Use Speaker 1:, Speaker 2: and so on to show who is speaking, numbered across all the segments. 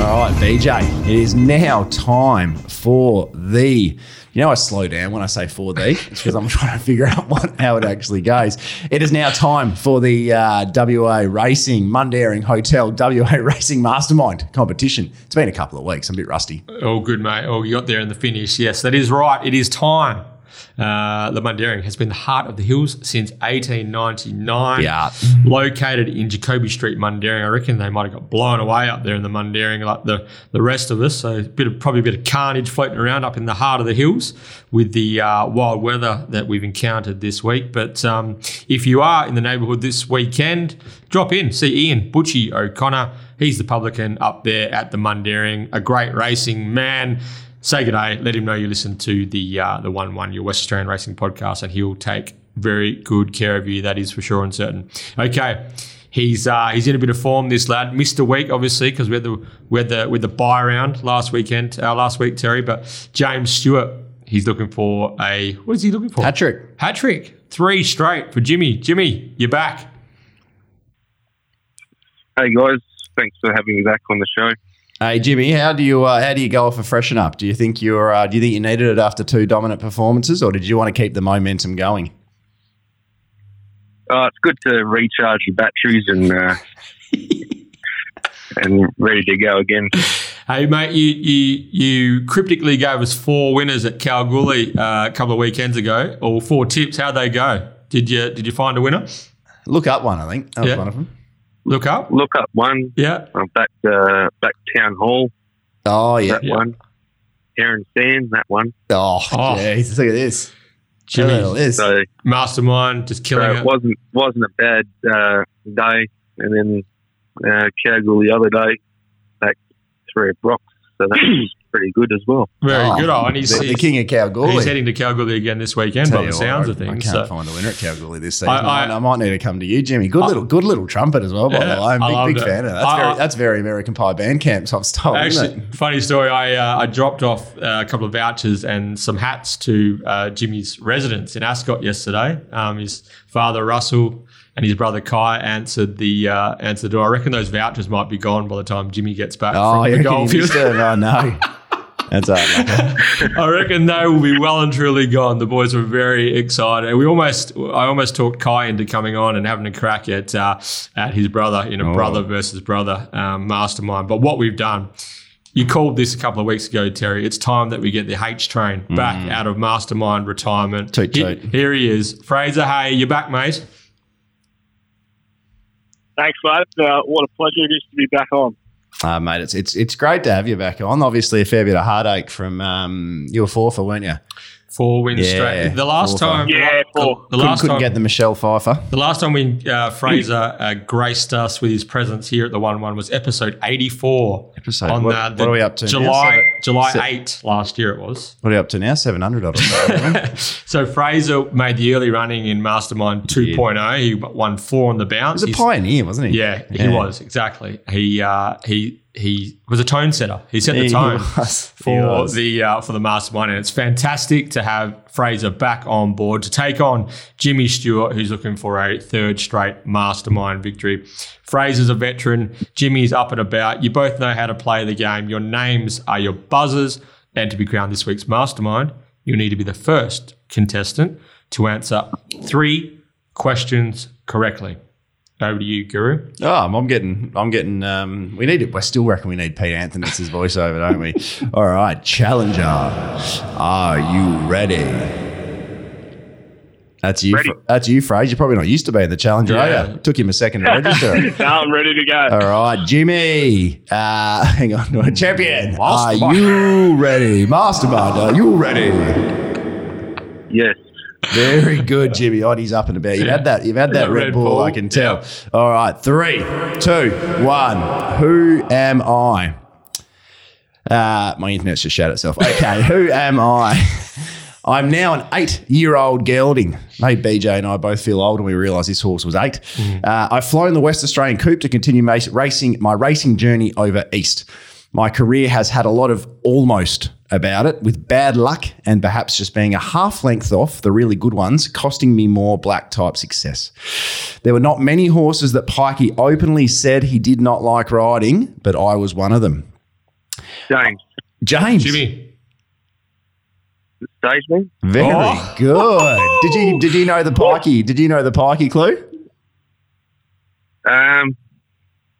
Speaker 1: All right, BJ, it is now time for the. You know, I slow down when I say 4D. It's because I'm trying to figure out what, how it actually goes. It is now time for the uh, WA Racing Mundaring Hotel WA Racing Mastermind competition. It's been a couple of weeks. I'm a bit rusty.
Speaker 2: Oh, good, mate. Oh, you got there in the finish. Yes, that is right. It is time. Uh, the Mundaring has been the heart of the hills since 1899.
Speaker 1: Yeah.
Speaker 2: Located in Jacoby Street, Mundaring. I reckon they might have got blown away up there in the Mundaring like the, the rest of us. So a bit of, probably a bit of carnage floating around up in the heart of the hills with the uh, wild weather that we've encountered this week. But um, if you are in the neighbourhood this weekend, drop in, see Ian Butchie O'Connor. He's the publican up there at the Mundaring, a great racing man say good day. Let him know you listen to the uh, the one one your West Australian Racing podcast, and he'll take very good care of you. That is for sure and certain. Okay. He's, uh, he's in a bit of form, this lad. Missed a week, obviously, because we had the we had the with the buy round last weekend, uh, last week, Terry. But James Stewart, he's looking for a what is he looking for?
Speaker 1: Patrick.
Speaker 2: Hat trick, three straight for Jimmy. Jimmy, you're back.
Speaker 3: Hey guys, thanks for having me back on the show.
Speaker 1: Hey Jimmy, how do you uh, how do you go off a freshen up? Do you think you're uh, do you think you needed it after two dominant performances, or did you want to keep the momentum going?
Speaker 3: Uh, it's good to recharge your batteries and uh, and ready to go again.
Speaker 2: Hey mate, you you you cryptically gave us four winners at Kalgoorlie uh, a couple of weekends ago, or four tips. How'd they go? Did you did you find a winner?
Speaker 1: Look up one, I think. That was
Speaker 2: Yeah.
Speaker 1: one of them.
Speaker 2: Look up.
Speaker 3: Look up one
Speaker 2: Yeah.
Speaker 3: uh, back uh, back town hall.
Speaker 1: Oh yeah.
Speaker 3: That
Speaker 2: Yeah.
Speaker 3: one, Aaron Sand. That one.
Speaker 1: Oh,
Speaker 2: Oh.
Speaker 1: jeez, look at this. Look at
Speaker 2: Jimmy,
Speaker 1: this.
Speaker 3: So,
Speaker 2: mastermind, just
Speaker 3: so
Speaker 2: killing
Speaker 3: it
Speaker 2: it.
Speaker 3: wasn't wasn't a bad uh, day. And then uh, Calgary the other day, back three at Brock. So that was pretty good as well.
Speaker 2: Very
Speaker 1: Oh,
Speaker 2: good. Oh, and he's,
Speaker 1: the, the
Speaker 2: he's,
Speaker 1: king of Kalgoorlie.
Speaker 2: he's heading to Kalgoorlie again this weekend
Speaker 1: Tell
Speaker 2: by
Speaker 1: you
Speaker 2: the
Speaker 1: what,
Speaker 2: sounds
Speaker 1: I-
Speaker 2: of
Speaker 1: I
Speaker 2: things.
Speaker 1: can't
Speaker 2: So,
Speaker 1: find a winner at Kalgoorlie this season.
Speaker 2: I-
Speaker 1: I, might-
Speaker 2: I-
Speaker 1: I might need to come to you, Jimmy. Good
Speaker 2: I-
Speaker 1: little, good little trumpet as well. By
Speaker 2: Yeah,
Speaker 1: the way,
Speaker 2: I
Speaker 1: I'm big,
Speaker 2: loved
Speaker 1: big
Speaker 2: it.
Speaker 1: fan of that. That's,
Speaker 2: I- I-
Speaker 1: very, that's very American Pie Bandcamp type style, Oh, isn't
Speaker 2: Actually,
Speaker 1: it?
Speaker 2: funny story. I uh, I dropped off uh, a couple of vouchers and some hats to uh, Jimmy's residence in Ascot yesterday. Um, his father Russell and his brother Kai answered the uh, answered the door. I reckon those vouchers might be gone by the time Jimmy gets back
Speaker 1: Oh,
Speaker 2: from
Speaker 1: you
Speaker 2: the
Speaker 1: reckon
Speaker 2: golf.
Speaker 1: you missed it? Oh, no. That's all right. mate.
Speaker 2: I reckon they will be well and truly gone. The boys were very excited. We almost, I almost talked Kai into coming on and having a crack at uh, at his brother in a
Speaker 1: Oh.
Speaker 2: brother versus brother um, mastermind. But what we've done, you called this a couple of weeks ago, Terry. It's time that we get the H train back out of mastermind retirement.
Speaker 1: Mm. Toot
Speaker 2: He-
Speaker 1: toot.
Speaker 2: here he is, Fraser. Hey, you're back, mate.
Speaker 4: Thanks, lads. Uh, what a pleasure it is to be back on.
Speaker 1: Uh, mate, it's it's it's great to have you back on. Obviously, a fair bit of heartache from um, you were fourfer, weren't you?
Speaker 2: Four wins
Speaker 1: Yeah,
Speaker 2: straight. The last
Speaker 1: four,
Speaker 2: time,
Speaker 4: five. Yeah, four.
Speaker 2: The, the
Speaker 1: couldn't
Speaker 2: last
Speaker 1: couldn't
Speaker 2: time,
Speaker 1: get the Michelle Pfeiffer.
Speaker 2: The last time we uh, Fraser uh, graced us with his presence here at the One One was episode eighty four.
Speaker 1: Episode. What- what are we up to now?
Speaker 2: July
Speaker 1: Seven-
Speaker 2: July
Speaker 1: se-
Speaker 2: eight last year it was.
Speaker 1: What are you up to now? Seven hundred of them.
Speaker 2: so Fraser made the early running in Mastermind two oh. He won four on the
Speaker 1: He's
Speaker 2: bounce.
Speaker 1: a
Speaker 2: He's-
Speaker 1: pioneer, wasn't he?
Speaker 2: Yeah, he
Speaker 1: Yeah.
Speaker 2: was exactly. He uh, he he was a tone setter. He set the
Speaker 1: He
Speaker 2: tone
Speaker 1: was. He
Speaker 2: for
Speaker 1: was.
Speaker 2: the uh, for the mastermind, and it's fantastic to have Fraser back on board to take on Jimmy Stewart, who's looking for a third straight mastermind victory. Fraser's a veteran. Jimmy's up and about. You both know how to play the game. Your names are your buzzers, and to be crowned this week's mastermind, you need to be the first contestant to answer three questions correctly. Over to you, Guru.
Speaker 1: Oh, I'm getting, I'm getting. Um, we need it. I still reckon we need Pete Anthony's voiceover, don't we? All right, challenger, are you ready? That's you.
Speaker 4: Ready.
Speaker 1: That's you, Fraser. You're probably not used to being the challenger. are
Speaker 2: Yeah.
Speaker 1: ya? Took him a second to register. it.
Speaker 4: now I'm ready to go.
Speaker 1: All right, Jimmy. Uh, hang on, champion. Are
Speaker 2: Mastermind.
Speaker 1: you ready, mastermind? Are you ready?
Speaker 3: Yes.
Speaker 1: Very good, Jimmy. Oddies up and about. You've had that. You've had that
Speaker 2: That
Speaker 1: Red,
Speaker 2: Red
Speaker 1: Bull,
Speaker 2: Bull.
Speaker 1: I can tell. All right, three, two, one. Who am I? Uh, my internet's just shut itself. Okay, who am I? I'm now an eight-year-old gelding. Mate, BJ and I both feel old, and we realise this horse was eight. Uh, I've flown the West Australian Coupe to continue ma- racing my racing journey over east. My career has had a lot of almost about it, with bad luck and perhaps just being a half length off the really good ones, costing me more black type success. There were not many horses that Pikey openly said he did not like riding, but I was one of them.
Speaker 3: James,
Speaker 1: James.
Speaker 2: Jimmy.
Speaker 3: stage me.
Speaker 1: Very
Speaker 2: Oh.
Speaker 1: good. Did you did you know the pikey? Did you know the pikey clue?
Speaker 3: Um,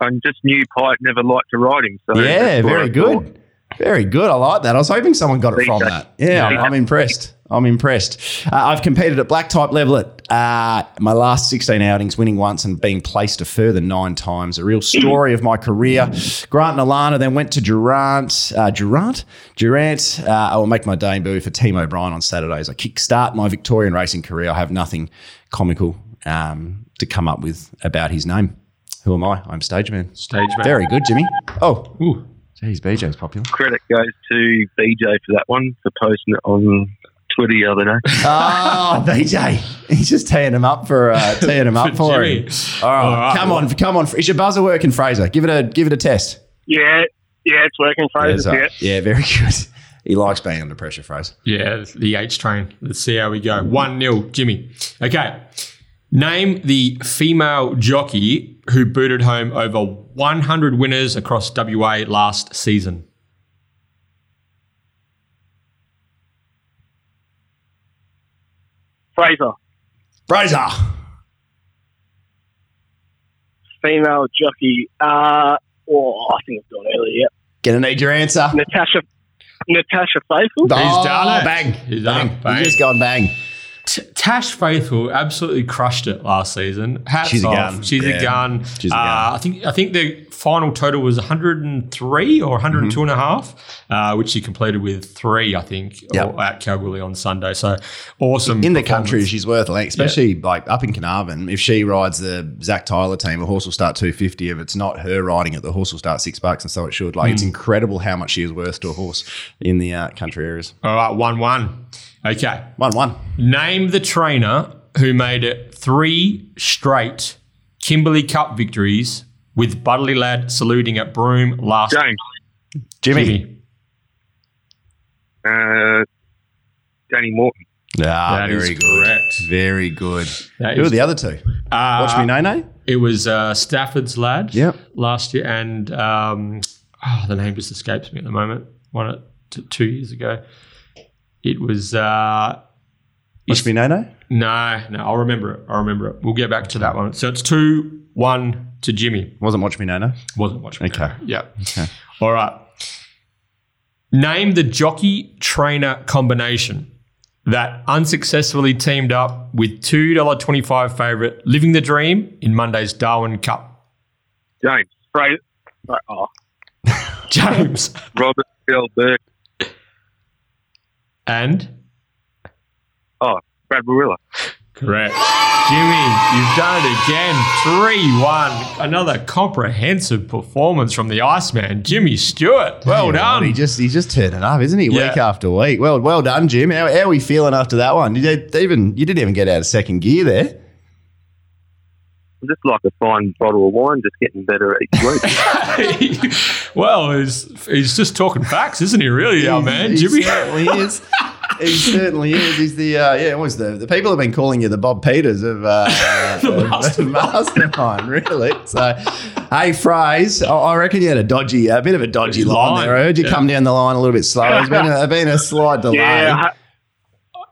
Speaker 3: I just knew Pike never liked to ride him. So
Speaker 1: yeah,
Speaker 3: that's what
Speaker 1: very
Speaker 3: I
Speaker 1: good.
Speaker 3: thought.
Speaker 1: Very good. I like that. I was hoping someone got it
Speaker 3: Big
Speaker 1: from
Speaker 3: day.
Speaker 1: that. Yeah,
Speaker 3: Big
Speaker 1: I'm
Speaker 3: day.
Speaker 1: impressed. I'm impressed. Uh, I've competed at black type level at uh, my last 16 outings, winning once and being placed a further nine times. A real story of my career. Grant Nalana then went to Durant. Uh, Durant? Durant. Uh, I will make my debut for Team O'Brien on Saturdays. I kickstart my Victorian racing career. I have nothing comical um, to come up with about his name. Who am I? I'm stage man.
Speaker 2: Stage man.
Speaker 1: Very good, Jimmy. Oh,
Speaker 2: Ooh.
Speaker 1: Jeez, BJ's popular.
Speaker 3: Credit goes to BJ for that one for posting it on Twitter the other day.
Speaker 1: oh, BJ. He's just teeing him up for uh, teeing him up for
Speaker 2: Jimmy.
Speaker 1: him. All right,
Speaker 2: All right.
Speaker 1: come on, come on. Is your buzzer working, Fraser? Give it a give it a test.
Speaker 4: Yeah, yeah, it's working,
Speaker 1: There's
Speaker 4: Fraser.
Speaker 1: a-
Speaker 4: Yeah.
Speaker 1: yeah, very good. He likes being under pressure, Fraser.
Speaker 2: Yeah, the H train. Let's see how we go. 1 0, Jimmy. Okay. Name the female jockey who booted home over 100 winners across WA last season.
Speaker 4: Fraser,
Speaker 1: Fraser.
Speaker 4: female jockey. Uh, oh, I think I've gone earlier.
Speaker 1: Gonna need your answer. He's
Speaker 4: Natasha, Natasha Faithful.
Speaker 2: done it.
Speaker 1: Bang.
Speaker 2: He's done it.
Speaker 1: He's
Speaker 2: Bang.
Speaker 1: just gone bang.
Speaker 2: T- Tash Faithful absolutely crushed it last season. Hats
Speaker 1: She's a
Speaker 2: off.
Speaker 1: gun.
Speaker 2: She's
Speaker 1: Yeah.
Speaker 2: a gun.
Speaker 1: She's a
Speaker 2: Uh,
Speaker 1: gun.
Speaker 2: I think I think the final total was 103 or 102 and a half, uh, which she completed with three, I think,
Speaker 1: Yep.
Speaker 2: or- at Kalgoorlie on Sunday. So awesome.
Speaker 1: In the
Speaker 2: performance.
Speaker 1: country, she's worth a length, especially like up in Carnarvon. If she rides the Zach Tyler team, a horse will start two fifty. If it's not her riding it, the horse will start six bucks, and so it should. Like it's
Speaker 2: Hmm.
Speaker 1: incredible how much she is worth to a horse in the uh, country areas.
Speaker 2: All right, 1 1. Okay.
Speaker 1: One one.
Speaker 2: Name the trainer who made it three straight Kimberley Cup victories with Budley Lad saluting at Broome last
Speaker 3: James,
Speaker 1: Jimmy.
Speaker 2: Jimmy.
Speaker 3: uh, Danny Morton,
Speaker 1: Ah,
Speaker 2: That is
Speaker 1: very good.
Speaker 2: correct.
Speaker 1: Very good.
Speaker 2: That
Speaker 1: Who are
Speaker 2: is-
Speaker 1: the other two?
Speaker 2: Uh,
Speaker 1: Watch me, Nene.
Speaker 2: It was uh, Stafford's lad
Speaker 1: Yep.
Speaker 2: last year, and um, oh, the name just escapes me at the moment. Won it t- two years ago. It was uh,
Speaker 1: Watch me, Nene.
Speaker 2: no, no. I'll remember it. I'll remember it. We'll get back to that one. So it's two one to Jimmy.
Speaker 1: Wasn't Watch Me, Nene.
Speaker 2: Wasn't watching.
Speaker 1: Okay.
Speaker 2: Yeah. All right. Name the jockey trainer combination that unsuccessfully teamed up with two dollar twenty five favorite Living the Dream in Monday's Darwin Cup.
Speaker 3: James,
Speaker 4: Fraser. Oh,
Speaker 2: James
Speaker 3: Robert Bell Burke,
Speaker 2: and
Speaker 3: Oh, Brad Barilla.
Speaker 2: Correct. Jimmy, you've done it again. 3 1. Another comprehensive performance from the Iceman, Jimmy Stewart. Well
Speaker 1: Hey,
Speaker 2: done.
Speaker 1: He just he's just turning up, isn't he? Week
Speaker 2: Yeah.
Speaker 1: after week. Well, well done, Jim. How, how are we feeling after that one? Did you even you didn't even get out of second gear there.
Speaker 3: Just like a fine bottle of wine, just getting better each week.
Speaker 2: well, he's, he's just talking facts, isn't he, really, our man? Jimmy.
Speaker 1: certainly is. He certainly is. He's the uh, yeah. What was the the people have been calling you the Bob Peters of uh, of
Speaker 2: mastermind.
Speaker 1: mastermind, really. So, hey, Fraze, I, I reckon you had a dodgy, a bit of a dodgy line,
Speaker 2: Line,
Speaker 1: there. I heard you
Speaker 2: yeah.
Speaker 1: come down the line a little bit slow. There's been a, been a slight delay.
Speaker 4: yeah.
Speaker 1: Yeah.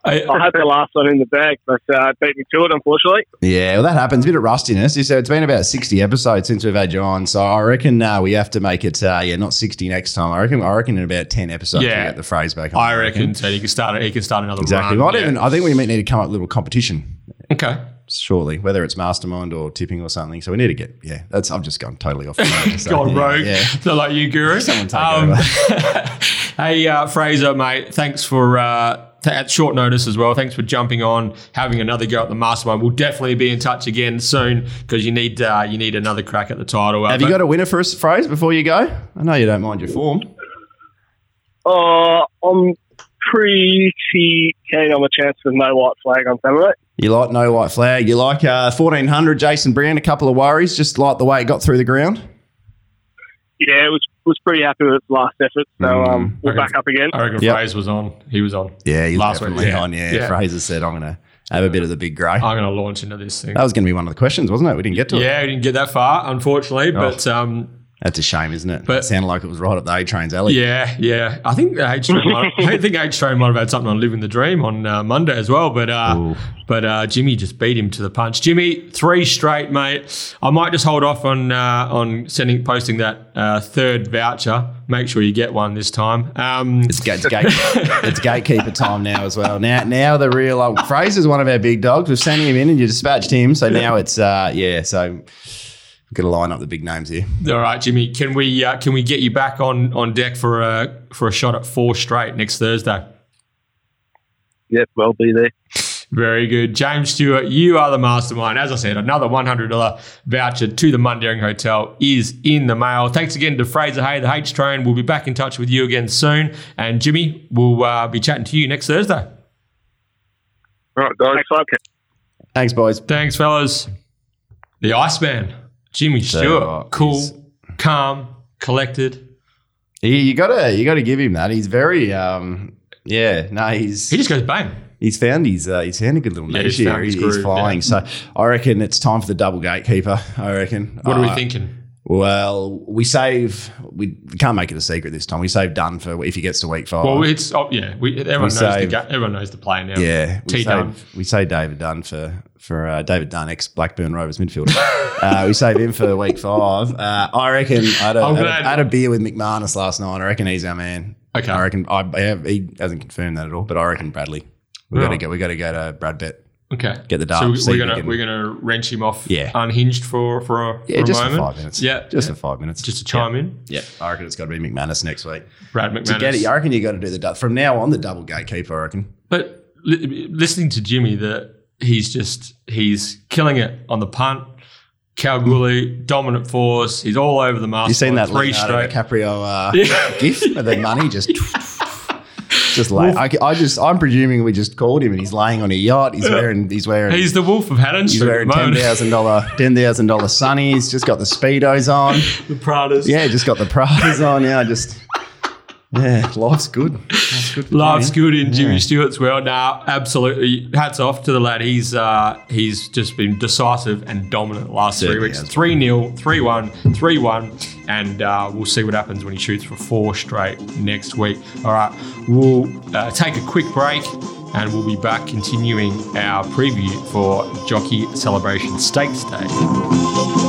Speaker 4: I, I had the last one in the bag, but uh, beat me to it, unfortunately.
Speaker 1: well, that happens. A bit of rustiness. You said it's been about sixty episodes since we've had you on, so I reckon uh, we have to make it. Uh, yeah, not sixty next time. I reckon. I reckon in about ten episodes
Speaker 2: Yeah.
Speaker 1: we get the phrase back. on,
Speaker 2: I reckon so. He can start. He can start another
Speaker 1: Exactly.
Speaker 2: run.
Speaker 1: Might
Speaker 2: Yeah.
Speaker 1: even, I think we might need to come up with a little competition.
Speaker 2: Okay.
Speaker 1: shortly, whether it's mastermind or tipping or something. So we need to get, yeah, that's, I've just gone totally off. the road. So,
Speaker 2: Gone
Speaker 1: yeah,
Speaker 2: rogue.
Speaker 1: Yeah.
Speaker 2: So like you, Guru. Um,
Speaker 1: Someone take
Speaker 2: hey, uh, Fraser, mate. Thanks for uh, t- at short notice as well. Thanks for jumping on, having another go at the mastermind. We'll definitely be in touch again soon because you need uh, you need another crack at the title. Uh,
Speaker 1: Have you
Speaker 2: but-
Speaker 1: got a winner for us, phrase before you go? I know you don't mind your form.
Speaker 4: Oh, I'm pretty keen on a chance with no white flag on Saturday.
Speaker 1: You like no white flag. You like uh, 1400 Jason Brown, a couple of worries, just like the way it got through the ground.
Speaker 4: Yeah, it was was pretty happy with its last effort, so
Speaker 3: Mm,
Speaker 4: um, we're
Speaker 2: Okay.
Speaker 4: back up again.
Speaker 2: I reckon
Speaker 1: Yep.
Speaker 2: Fraser was on. He was on.
Speaker 1: Yeah, you
Speaker 2: Last
Speaker 1: definitely
Speaker 2: week, yeah.
Speaker 1: on. Yeah.
Speaker 2: Yeah.
Speaker 1: Fraser said, I'm going to have a bit of the big grey.
Speaker 2: I'm going to
Speaker 1: Oh.
Speaker 2: launch into this thing.
Speaker 1: that was going to be one of the questions, wasn't it? We didn't get to it. Oh.
Speaker 2: Yeah, we didn't get that far, unfortunately. But um,
Speaker 1: That's a shame, isn't it?
Speaker 2: But-
Speaker 1: it sounded like it was right up the A Train's alley.
Speaker 2: Yeah, yeah. I think the H train. might- I think H train might have had something on living the dream on uh, Monday as well. But uh,
Speaker 1: Ooh.
Speaker 2: but uh, Jimmy just beat him to the punch. Jimmy three straight, mate. I might just hold off on uh, on sending posting that uh, third voucher. Make sure you get one this time. Um,
Speaker 1: It's, ga- it's, gate, it's gatekeeper time now as well. Now, now the real old Fraser's one of our big dogs. We've sent him in and you dispatched him. So now it's uh, yeah. So we've got to line up the big names here.
Speaker 2: all right, Jimmy. Can we uh, can we get you back on on deck for a for a shot at four straight next Thursday?
Speaker 3: Yep, I'll be there.
Speaker 2: Very good. James Stewart, you are the mastermind. As I said, another $100 voucher to the Mundaring Hotel is in the mail. Thanks again to Fraser Hay, the H Train. We'll be back in touch with you again soon. And Jimmy, we'll uh, be chatting to you next Thursday.
Speaker 3: All right, guys.
Speaker 4: Thanks, okay.
Speaker 1: Thanks, boys.
Speaker 2: Thanks, fellas. The Iceman, Jimmy
Speaker 1: So,
Speaker 2: Stewart.
Speaker 1: uh, he's-
Speaker 2: cool, calm, collected.
Speaker 1: He, you gotta you gotta give him that. He's very um yeah. No, he's
Speaker 2: He just goes bang.
Speaker 1: he's found his uh, he's found a good little
Speaker 2: Yeah,
Speaker 1: niche
Speaker 2: he's found
Speaker 1: here.
Speaker 2: his
Speaker 1: He's, he's
Speaker 2: groove,
Speaker 1: flying. So I reckon it's time for the double gatekeeper. I reckon.
Speaker 2: What are
Speaker 1: Uh,
Speaker 2: we thinking?
Speaker 1: Well, we save. We can't make it a secret this time. We save Dunn for if he gets to week five.
Speaker 2: Well, it's oh, yeah. We, everyone knows the
Speaker 1: save-
Speaker 2: ga- everyone knows the play now.
Speaker 1: Yeah, we
Speaker 2: T. Dunn.
Speaker 1: save, we save David Dunn for for uh, David Dunn, ex Blackburn Rovers midfielder. uh, we save him for week five. Uh, I reckon I had a,
Speaker 2: I'm
Speaker 1: had a-
Speaker 2: glad-
Speaker 1: had a beer with McManus last night. I reckon he's our man.
Speaker 2: Okay.
Speaker 1: I reckon I, I have, he hasn't confirmed that at all, but I reckon Bradley. We
Speaker 2: Yeah.
Speaker 1: got to go. We got to go to Brad Bet.
Speaker 2: Okay.
Speaker 1: Get the
Speaker 2: So
Speaker 1: dart.
Speaker 2: we-
Speaker 1: see
Speaker 2: we're
Speaker 1: if he
Speaker 2: gonna
Speaker 1: can-
Speaker 2: we're gonna wrench him off
Speaker 1: Yeah.
Speaker 2: unhinged for for a,
Speaker 1: yeah,
Speaker 2: for
Speaker 1: just
Speaker 2: a
Speaker 1: for
Speaker 2: moment.
Speaker 1: five minutes.
Speaker 2: Yeah,
Speaker 1: just
Speaker 2: yeah.
Speaker 1: for five minutes.
Speaker 2: Just to chime in,
Speaker 1: Yeah, I reckon it's got to be McManus next week
Speaker 2: Brad
Speaker 1: to
Speaker 2: McManus.
Speaker 1: get it. I reckon you got to do the du- from now on the double gatekeeper. I reckon.
Speaker 2: But li- listening to Jimmy, that he's just he's killing it on the punt. Kalgoorlie dominant force. He's all over the master.
Speaker 1: You seen that
Speaker 2: three
Speaker 1: Leonardo
Speaker 2: straight?
Speaker 1: DiCaprio uh,
Speaker 2: Yeah.
Speaker 1: gif of the money just just like I, I just I'm presuming we just called him and he's laying on a yacht. He's wearing he's wearing he's,
Speaker 2: He's the wolf of Haddon Street.
Speaker 1: wearing
Speaker 2: at the
Speaker 1: ten
Speaker 2: moment.
Speaker 1: thousand dollar ten thousand dollar sunnies. Just got the speedos on.
Speaker 2: the Pradas.
Speaker 1: Yeah, just got the Pradas on. Yeah, just yeah, life's good. Life's good. for
Speaker 2: Life's
Speaker 1: Jimmy.
Speaker 2: good in Jimmy Stewart's world. Now, absolutely. Hats off to the lad. He's uh, he's just been decisive and dominant the last three
Speaker 1: Certainly
Speaker 2: weeks.
Speaker 1: has.
Speaker 2: 3 0, 3 1, 3 1. And uh, we'll see what happens when he shoots for four straight next week. All right. We'll uh, take a quick break and we'll be back continuing our preview for Jockey Celebration Stakes Day.